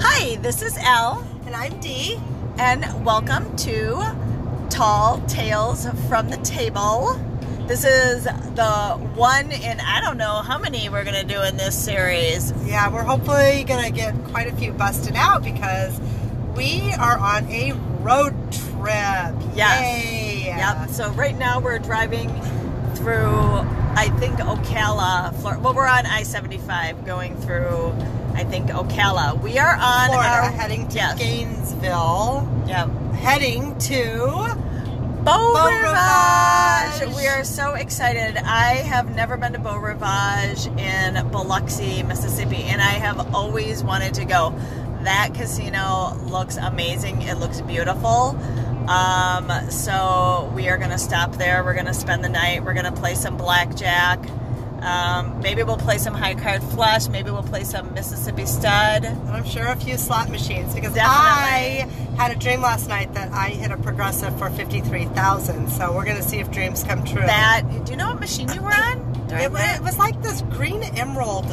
Hi, this is Elle, And I'm Dee. and welcome to Tall Tales from the Table. This is the one in I don't know how many we're going to do in this series. Yeah, we're hopefully going to get quite a few busted out because we are on a road trip. Yes. Yay. Yep. So right now we're driving through, I think Ocala, Florida. Well, we're on I-75 going through, I think Ocala. We are on Florida our heading to yes. Gainesville. Yep. Heading to. Beau Beau Rivage. Rivage. We are so excited. I have never been to Beau Rivage in Biloxi, Mississippi, and I have always wanted to go. That casino looks amazing. It looks beautiful. Um, so we are going to stop there. We're going to spend the night. We're going to play some blackjack. Um, maybe we'll play some high card flush. Maybe we'll play some Mississippi stud. And I'm sure a few slot machines because Definitely. I had a dream last night that I hit a progressive for 53,000. So we're going to see if dreams come true. That do you know what machine you were on? during It, wa- that? it was like this green emerald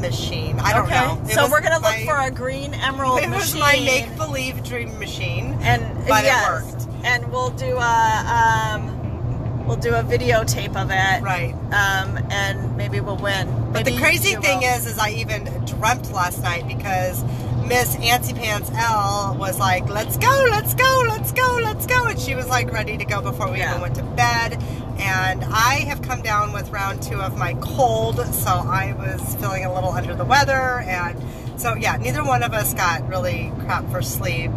machine. I don't okay. know. It So was we're gonna look my- for a green emerald It was machine. my make believe dream machine. and but it yes, worked. and we'll do a um, we'll do a videotape of it, Right. Um, and maybe we'll win. But the crazy thing is, is I even dreamt last night because Miss Antsy Pants L was like, "Let's go, let's go, let's go, let's go," and she was like ready to go before we Yeah. even went to bed. And I have come down with round two of my cold, so I was feeling a little under the weather, and so yeah, neither one of us got really crap for sleep.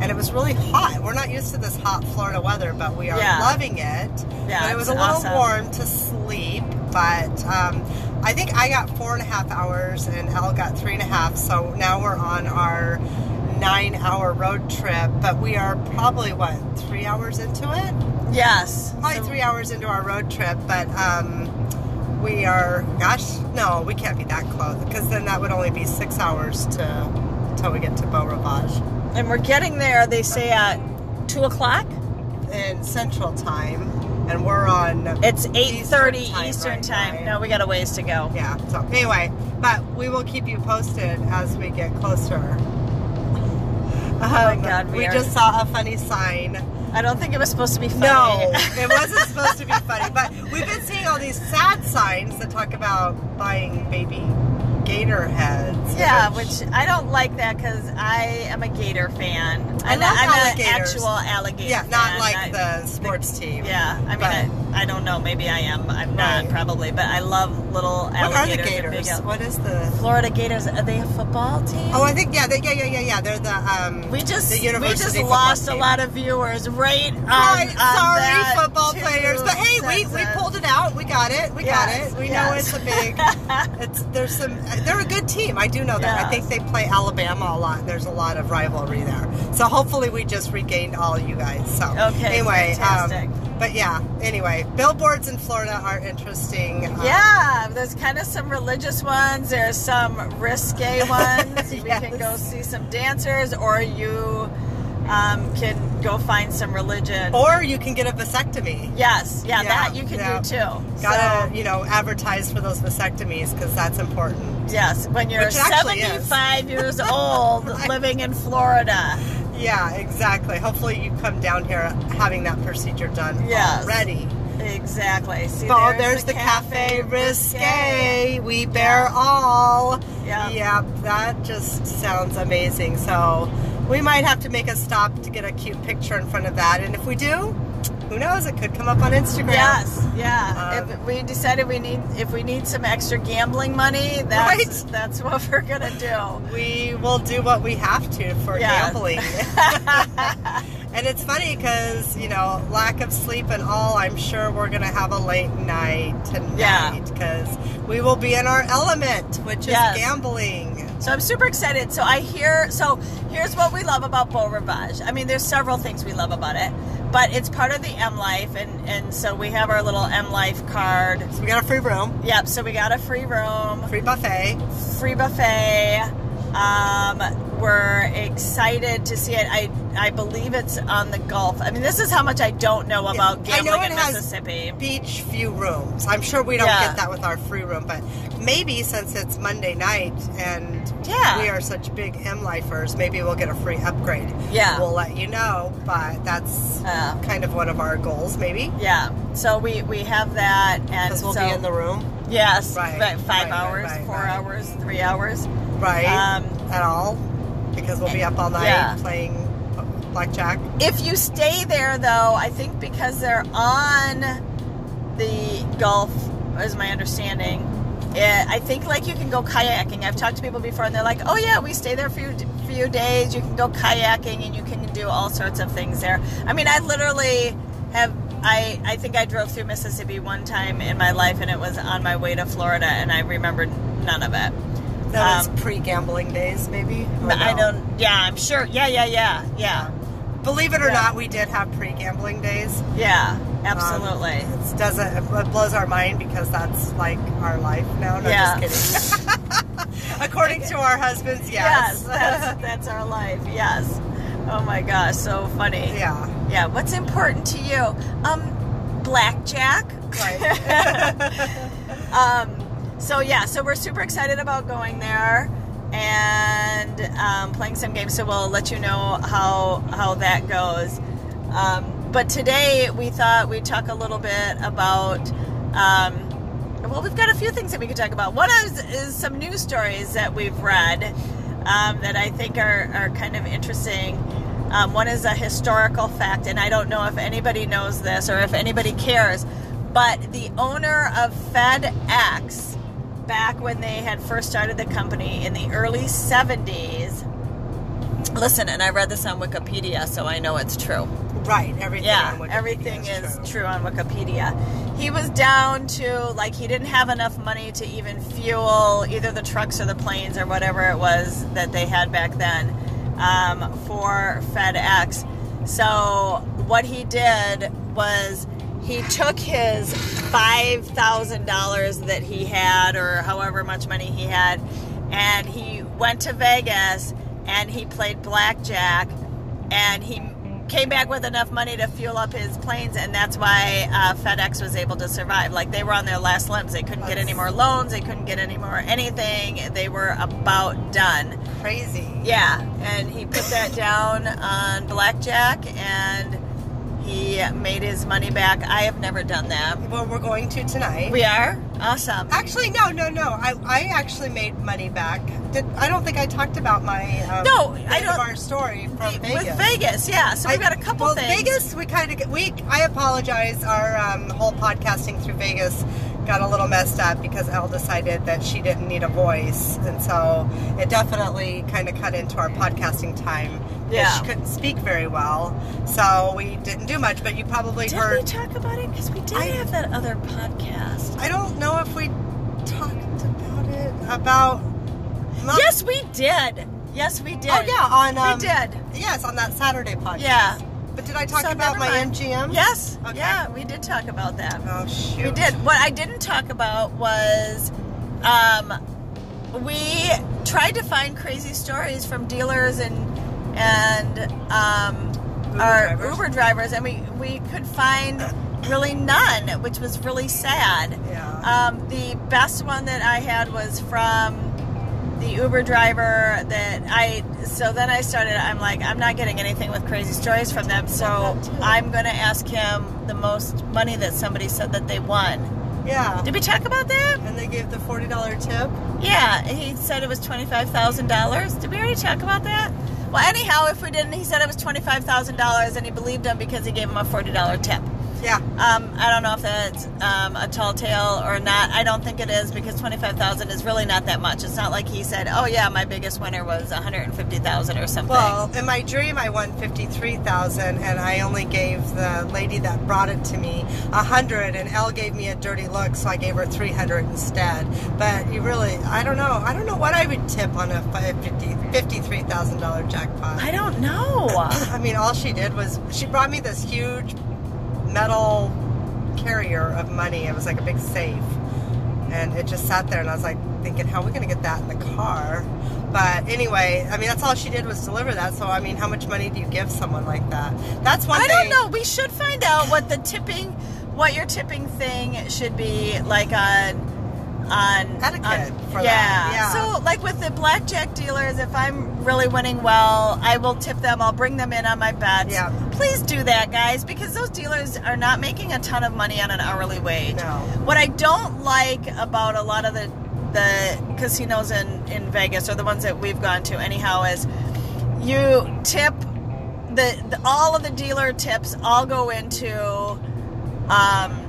And it was really hot. We're not used to this hot Florida weather, but we are Yeah. loving it. Yeah, but it was it's a little awesome. warm to sleep, but um, I think I got four and a half hours and Elle got three and a half. So now we're on our nine hour road trip, but we are probably, what, three hours into it? yes, Probably So- three hours into our road trip, but um, we are, gosh, no, we can't be that close because then that would only be six hours to till we get to Beau Rivage and we're getting there. They say at two o'clock. in Central Time, and we're on It's eight thirty Eastern time Eastern right time. now, yeah. No, we got a ways to go. Yeah. So anyway, but we will keep you posted as we get closer. Oh my Um, God, we we are- just saw a funny sign. I don't think it was supposed to be funny. No, it wasn't supposed to be funny, but we've been seeing all these sad signs that talk about buying baby gator heads. Yeah, which I don't like that because I am a gator fan. I I'm, love a- I'm an alligators. actual alligator. yeah, not fan. like I- the sports team. Yeah, I mean, I, I don't know. Maybe I am. I'm not Right. probably, but I love little What are alligators. the and big gators? al- What is the? Florida Gators. Are they a football team? Oh, I think yeah, they, yeah, yeah, yeah, yeah. They're the um. we just the we university just football lost a team. lot of viewers right on, Right, on that sorry, football two players. But hey, we, we sentences. pulled it out. We got it. We Yes, got it. We know yes. it's a big. It's there's some. They're a good team. I do know that. I Yes. think they play Alabama a lot. There's a lot of rivalry there. So hopefully we just regained all you guys. So Okay, anyway, fantastic. Um, but yeah. Anyway, billboards in Florida are interesting. Um, Yeah, there's kind of some religious ones. There's some risque ones. We can Yes. go see some dancers, or you um, can go find some religion. Or you can get a vasectomy. yes, yeah, Yeah, that you can yeah. do too. Gotta So- you know advertise for those vasectomies because that's important. Yes, when you're Which it actually 75 years old Right. living in Florida. Yeah, exactly. Hopefully you come down here having that procedure done Yes. already. Exactly. See, Oh, there's, the, Cafe, Risque. We bear all. Yep. Yep, that just sounds amazing. So we might have to make a stop to get a cute picture in front of that. And if we do, who knows? It could come up on Instagram. Yes, yeah. Um, if we decided we need if we need some extra gambling money, that's Right? that's what we're gonna do. We will do what we have to for Yes. gambling. and it's funny because, you know, lack of sleep and all, I'm sure we're going to have a late night Yeah. tonight because we will be in our element, which is Yes. gambling. So I'm super excited. So I hear so here's what we love about Beau Rivage. I mean, there's several things we love about it, but it's part of the M Life, and and so we have our little M Life card. So we got a free room, Yep. So we got a free room. free buffet. free buffet. Um, we're excited to see it. I I believe it's on the Gulf. I mean, this is how much I don't know about I know gambling it in has- Mississippi. beach view rooms. I'm sure we don't Yeah. get that with our free room, but maybe since it's Monday night and Yeah. we are such big M lifers, maybe we'll get a free upgrade. Yeah. We'll let you know, but that's Uh, kind of one of our goals, maybe. yeah. So we we have that, and Because we'll so- be in the room. yes, Right, about five right, right, hours, right, four right. hours, three hours. Right. Um, At all. Because we'll be up all night Yeah. Um, playing blackjack. If you stay there, though, I think because they're on the Gulf, is my understanding. It, I think like you can go kayaking. I've talked to people before, and they're like, "Oh yeah, we stay there for few few days. You can go kayaking, and you can do all sorts of things there." I mean, I literally have. I I think I drove through Mississippi one time in my life, and it was on my way to Florida, and I remembered none of it. That Um, was pre gambling days, maybe. or I Oh, no? don't. Yeah, I'm sure. Yeah, yeah, yeah, yeah, Believe it or Yeah. not, we did have pre gambling days. yeah. Um, Absolutely. it doesn't. It blows our mind because that's like our life now. No, Yeah. just kidding. According to our husbands, yes. that's, that's our life. Yes. Oh my gosh, so funny. yeah. Yeah, What's important to you? Um, blackjack. Right. um, so yeah, so we're super excited about going there and um, playing some games. So we'll let you know how how that goes. Um, but today we thought we'd talk a little bit about. Um, well, we've got a few things that we could talk about. One is, is some news stories that we've read um, that I think are, are kind of interesting. Um, one is a historical fact, and I don't know if anybody knows this or if anybody cares, but the owner of FedEx, back when they had first started the company in the early 70s, listen, and I read this on Wikipedia, so I know it's true. right. Everything. Yeah, on Wikipedia everything is true. true. on Wikipedia. He was down to like he didn't have enough money to even fuel either the trucks or the planes or whatever it was that they had back then um, for FedEx. So what he did was he took his five thousand dollars that he had or however much money he had, and he went to Vegas and he played blackjack and he came back with enough money to fuel up his planes, and that's why uh, FedEx was able to survive. Like they were on their last limbs; they couldn't get any more loans, they couldn't get any more anything. They were about done. Crazy. Yeah, and he put that down on blackjack, and he made his money back. I have never done that. Well, we're going to tonight. We are awesome. actually no, no, no. I, I actually made money back. Did I don't think I talked about my um, No, I end of don't- our story from Vegas. With Vegas, yeah. So we've I- got a couple well, things. Vegas, we kind of we. I apologize. Our um, whole podcasting through Vegas got a little messed up because Elle decided that she didn't need a voice, and so it definitely kind of cut into our podcasting time. because Yeah. she couldn't speak very well, so we didn't do much. But you probably Did heard. we talk about it? Because we did I- have that other podcast. I don't know if we talked about it about. Mo- Yes, we did. Yes, we did. Oh yeah, on um, we did. Yes, on that Saturday podcast. Yeah. But did I talk So about never my mind. MGM? Yes. Um, Okay. Yeah, we did talk about that. Oh shoot. We did. What I didn't talk about was um, we tried to find crazy stories from dealers and and um, Uber our drivers. Uber drivers, and we we could find really none, which was really sad. Yeah. Um, the best one that I had was from the Uber driver that I. So then I started. I'm like, I'm not getting anything with crazy stories from them. So I'm going to ask him the most money that somebody said that they won. Yeah. Did we talk about that? And they gave the forty dollar tip. Yeah, he said it was twenty five thousand dollars. Did we already talk about that? Well, anyhow, if we didn't, he said it was twenty five thousand dollars, and he believed him because he gave him a forty dollar tip. Yeah. Um, I don't know if that's um, a tall tale or not. I don't think it is because twenty five thousand is really not that much. It's not like he said, "Oh yeah, my biggest winner was one hundred and fifty thousand or something." Well, in my dream, I won fifty three thousand, and I only gave the lady that brought it to me a hundred, and Elle gave me a dirty look, so I gave her three hundred instead. But you really, I don't know. I don't know what I would tip on a fi- 50 fifty-three thousand dollar jackpot. I don't know. I mean, all she did was she brought me this huge metal carrier of money. It was like a big safe. and it just sat there and i was like thinking how are we going to get that in the car but anyway i mean that's all she did was deliver that so i mean how much money do you give someone like that that's one I don't thing know. We should find out what the tipping, what your tipping thing should be like on on Etiquette on- for yeah. that, yeah. So like with the blackjack dealers, if I'm really winning well, I will tip them. I'll bring them in on my bets. Yeah. Please do that, guys, because those dealers are not making a ton of money on an hourly wage. No. What I don't like about a lot of the the casinos in in Vegas or the ones that we've gone to anyhow is you tip the, the all of the dealer tips all go into um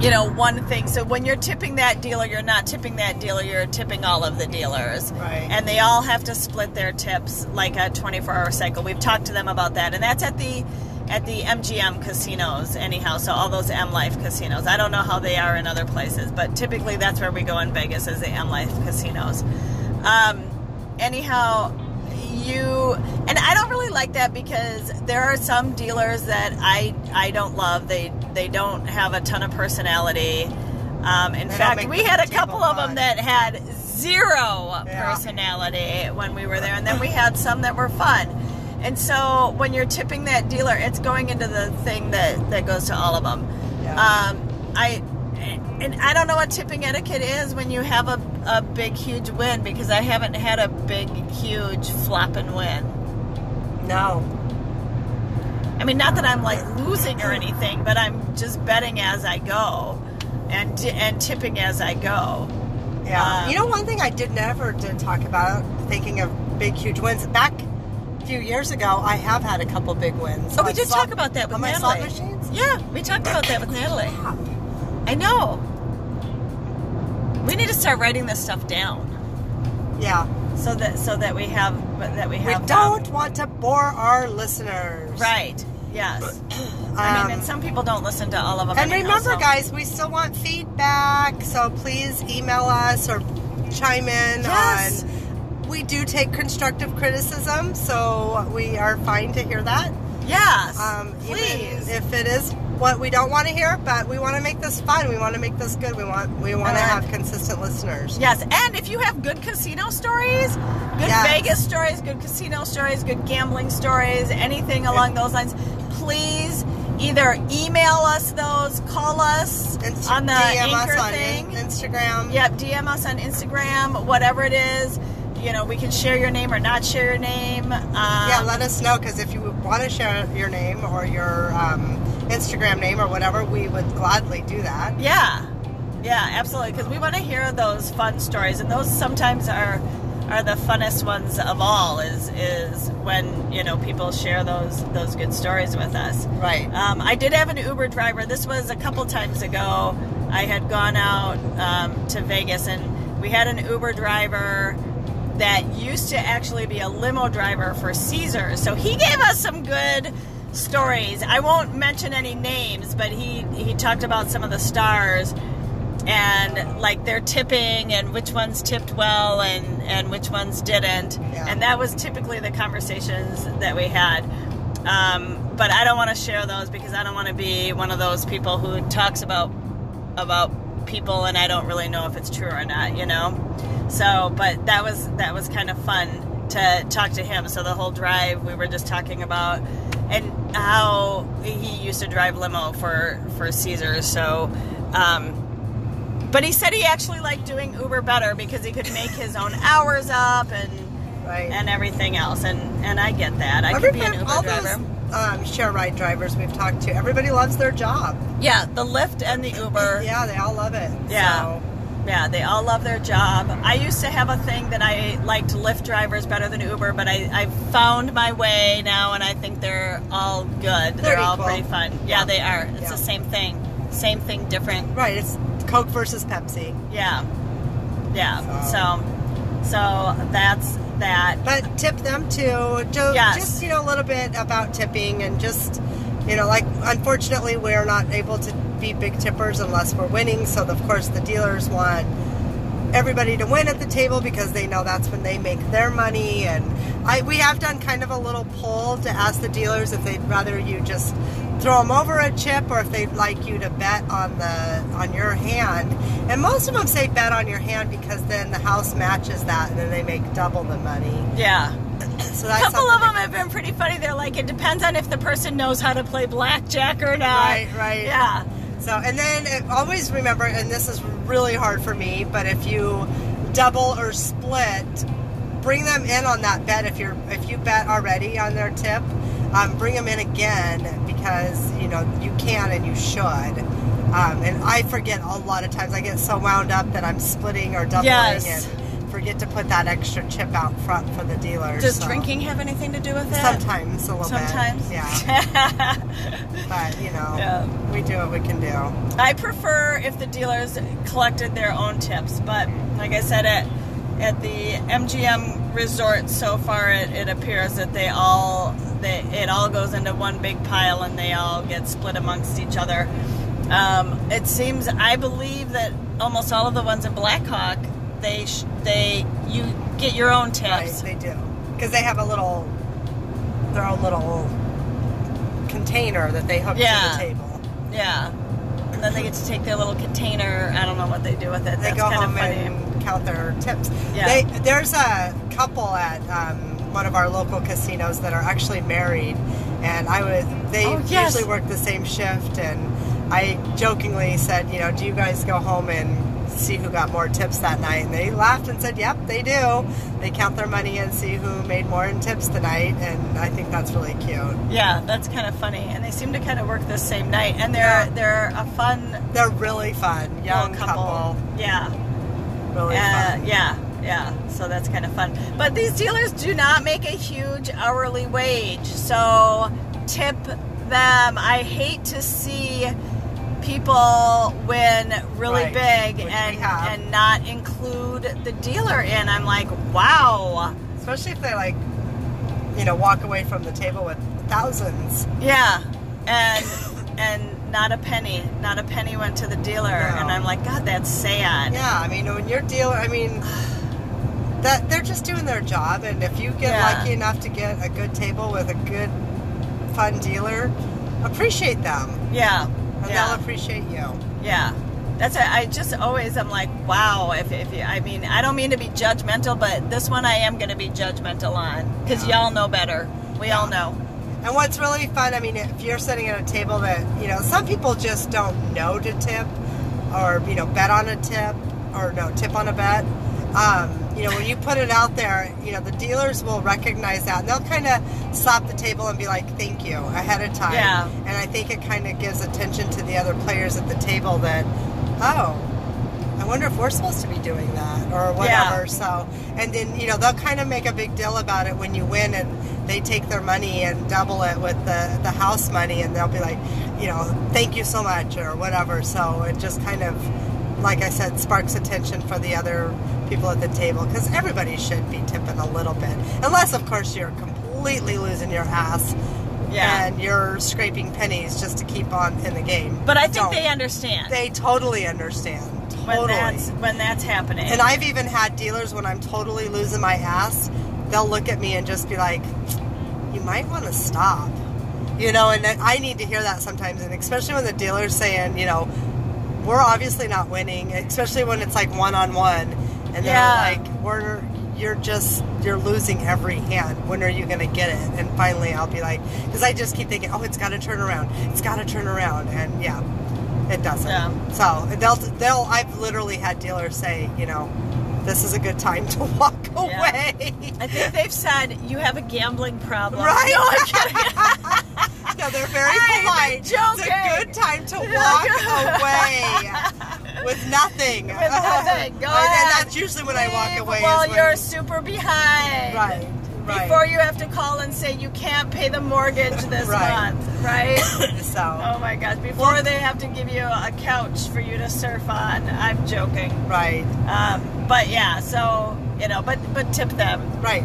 you know one thing so when you're tipping that dealer you're not tipping that dealer you're tipping all of the dealers Right. and they all have to split their tips like a 24 hour cycle we've talked to them about that and that's at the at the mgm casinos anyhow so all those m life casinos i don't know how they are in other places but typically that's where we go in vegas is the m life casinos um, anyhow you and i don't really like that because there are some dealers that i i don't love they they don't have a ton of personality um, in They don't fact make we the had a table couple of them fun. that had zero Yeah. personality when we were there and then we had some that were fun and so when you're tipping that dealer it's going into the thing that that goes to all of them Yeah. um, I and I don't know what tipping etiquette is when you have a, a big huge win because I haven't had a big huge flopping win. no I mean, not that I'm like losing or anything, but I'm just betting as I go, and and tipping as I go. yeah Um, you know one thing i did never did talk about thinking of big huge wins back a few years ago i have had a couple big wins Oh, we on did slot- talk about that with on my slot Natalie. machines Yeah, we talked about that with Natalie. Crap. I know. We need to start writing this stuff down yeah so that so that we have that we we have um, don't want to bore our listeners right. Yes. I mean, and some people don't listen to all of them. um, And anyhow, remember, so- guys, we still want feedback, so please email us or chime in Yes. on. We do take constructive criticism, so we are fine to hear that. Yes. Um, please. Even if it is what we don't want to hear, but we want to make this fun. We want to make this good. We want we want to And- have consistent listeners. yes. And if you have good casino stories, good Yes. Vegas stories, good casino stories, good gambling stories, anything along those lines, please either email us those, call us Inst- on the DM anchor us on thing. In- Instagram. Yep, DM us on Instagram, whatever it is. You know, we can share your name or not share your name. Um, yeah, let us know because if you want to share your name or your um, Instagram name or whatever, we would gladly do that. Yeah, yeah, absolutely. Because we want to hear those fun stories, and those sometimes are are the funnest ones of all. Is is when you know people share those those good stories with us. Right. Um, I did have an Uber driver. This was a couple times ago. I had gone out um, to Vegas and we had an Uber driver that used to actually be a limo driver for Caesars. So he gave us some good stories. I won't mention any names, but he, he talked about some of the stars and like their tipping and which ones tipped well and, and which ones didn't. Yeah. And that was typically the conversations that we had. Um, but I don't want to share those because I don't want to be one of those people who talks about about people and I don't really know if it's true or not, you know. So, but that was that was kind of fun to talk to him. So the whole drive we were just talking about and how he used to drive limo for for Caesar. So, um, but he said he actually liked doing Uber better because he could make his own hours up and Right. and everything else. And and I get that. I could be an Everybody- Uber all driver. those um, share ride drivers we've talked to, everybody loves their job. Yeah, the Lyft and the Uber. Yeah, they all love it. Yeah. So, Yeah, they all love their job. I used to have a thing that I liked Lyft drivers better than Uber, but I, I found my way now and I think they're all good. They're, all equal. pretty fun. Yeah, they are. It's Yeah. the same thing. Same thing, different. right, it's Coke versus Pepsi. Yeah. Yeah. So- So so that's that. But tip them too. Jo- Yes. Just, you know, a little bit about tipping and just, you know, like, unfortunately, we're not able to be big tippers unless we're winning. So, of course, the dealers want everybody to win at the table because they know that's when they make their money. And I, we have done kind of a little poll to ask the dealers if they'd rather you just throw them over a chip or if they'd like you to bet on the on your hand. And most of them say bet on your hand because then the house matches that and then they make double the money. Yeah. So A that's couple of something them have been pretty funny. They're like, it depends on if the person knows how to play blackjack or not. Right, right. Yeah. So, and then uh, always remember, and this is really hard for me, but if you double or split, bring them in on that bet. If you're if you bet already on their tip, um, bring them in again because you know you can and you should. Um, and I forget a lot of times. I get so wound up that I'm splitting or doubling Yes. and forget to put that extra chip out front for the dealer. Does so- drinking have anything to do with it? Sometimes a little Sometimes. bit. Yeah. But you know, Yeah. we do what we can do. I prefer if the dealers collected their own tips, but like I said at at the MGM resort so far it, it appears that they all they, it all goes into one big pile and they all get split amongst each other. Um, it seems I believe that almost all of the ones at Blackhawk they sh- they you get your own tips. Right, they do. Because they have a little, their own little container that they hook Yeah. to the table. Yeah. And then they get to take their little container. I don't know what they do with it. They That's go kind home of funny. and count their tips. Yeah. They, there's a couple at um, one of our local casinos that are actually married, and I was they Oh, yes. usually work the same shift, and I jokingly said, you know, do you guys go home and see who got more tips that night? And they laughed and said, yep, they do. They count their money and see who made more in tips tonight, and I think that's really cute. Yeah, that's kind of funny, and they seem to kind of work the same night, and they're Yeah. they're a fun They're really fun. Young little couple. Yeah, Really uh, fun. yeah, yeah. So that's kind of fun. But these dealers do not make a huge hourly wage, so tip them. I hate to see people win really Right, big which we and have. and not include the dealer in. I'm like, wow. Especially if they like, you know, walk away from the table with thousands. Yeah, and and not a penny, not a penny went to the dealer, No. and I'm like, God, that's sad. Yeah, I mean, when you're dealer, I mean, that they're just doing their job, and if you get Yeah. lucky enough to get a good table with a good, fun dealer, appreciate them, Yeah, and yeah, they'll appreciate you. yeah. That's I I just always am like, wow. If if you, I mean, I don't mean to be judgmental, but this one I am going to be judgmental on because Yeah. y'all know better. We all know. And what's really fun, I mean, if you're sitting at a table that, you know, some people just don't know to tip or, you know, bet on a tip or no, tip on a bet. Um, you know, when you put it out there, you know, the dealers will recognize that and they'll kind of slap the table and be like, thank you ahead of time. Yeah. And I think it kind of gives attention to the other players at the table that, oh, I wonder if we're supposed to be doing that or whatever. So, and then you know they'll kind of make a big deal about it when you win, and they take their money and double it with the the house money, and they'll be like, you know, thank you so much or whatever. So it just kind of, like I said, sparks attention for the other people at the table because everybody should be tipping a little bit, unless of course you're completely losing your ass. Yeah. And you're scraping pennies just to keep on in the game. But I think Don't. they understand They totally understand. when Totally. that's when that's happening. And I've even had dealers when I'm totally losing my ass, they'll look at me and just be like, "You might want to stop," you know. And I I need to hear that sometimes, and especially when the dealer's saying, you know, we're obviously not winning, especially when it's like one on one, and they're Yeah. like, "We're." You're just you're losing every hand. When are you gonna get it? And finally, I'll be like, because I just keep thinking, oh, it's got to turn around. It's got to turn around, and yeah, it doesn't. Yeah. So they'll they'll I've literally had dealers say, you know, this is a good time to walk Yeah. away. I think they've said you have a gambling problem. Right? No, I'm kidding. no, they're very I'm polite. It's joking. a good time to Like- walk away with nothing. With nothing. Go and, and ahead. that's usually when I walk Leave away. while is when- you're super behind. right, right. Before you have to call and say you can't pay the mortgage this Right. month, right? so. oh my gosh! Before they have to give you a couch for you to surf on. I'm joking, Right, um, but yeah. So you know, but but tip them. right.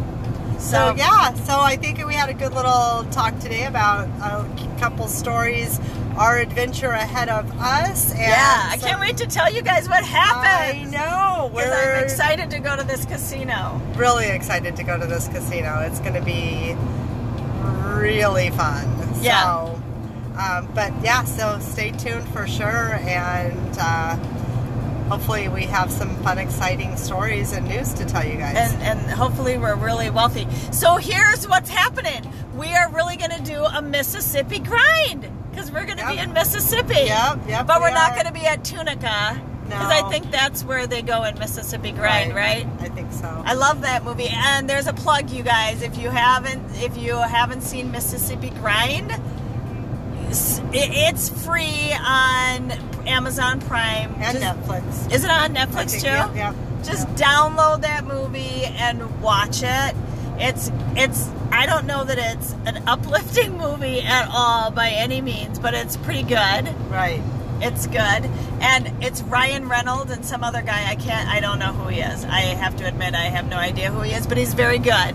So So Oh, yeah, so I think we had a good little talk today about a couple stories, our adventure ahead of us. And yeah. I so- can't wait to tell you guys what I happened. know. Because We're I'm excited to go to this casino. really excited to go to this casino. It's going to be really fun. Yeah. So, Um, but yeah, so stay tuned for sure, and uh, hopefully we have some fun, exciting stories and news to tell you guys. and, and hopefully we're really wealthy. So here's what's happening. We are really going to do a Mississippi grind because we're going to be Yep. in Mississippi. Yep, yep, But we we're not are. going to be at Tunica because No. I think that's where they go in Mississippi grind, right? I think so. I love that movie. And there's a plug, you guys. If you haven't, if you haven't seen Mississippi Grind, s- it- it's free on Amazon Prime. and Just- Netflix. Is it on I Netflix think, too? Yep. yep, Just yep. download that movie and watch it. It's it's. I don't know that it's an uplifting movie at all by any means, but it's pretty good. right. It's good, and it's Ryan Reynolds and some other guy. I can't. I don't know who he is. I have to admit, I have no idea who he is, but he's very good,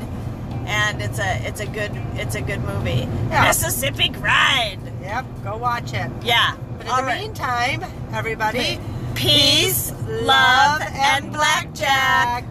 and it's a it's a good it's a good movie. Yeah. Mississippi Grind. Yep. Go watch it. Yeah. But in All the right. meantime, everybody, peace, love, and blackjack.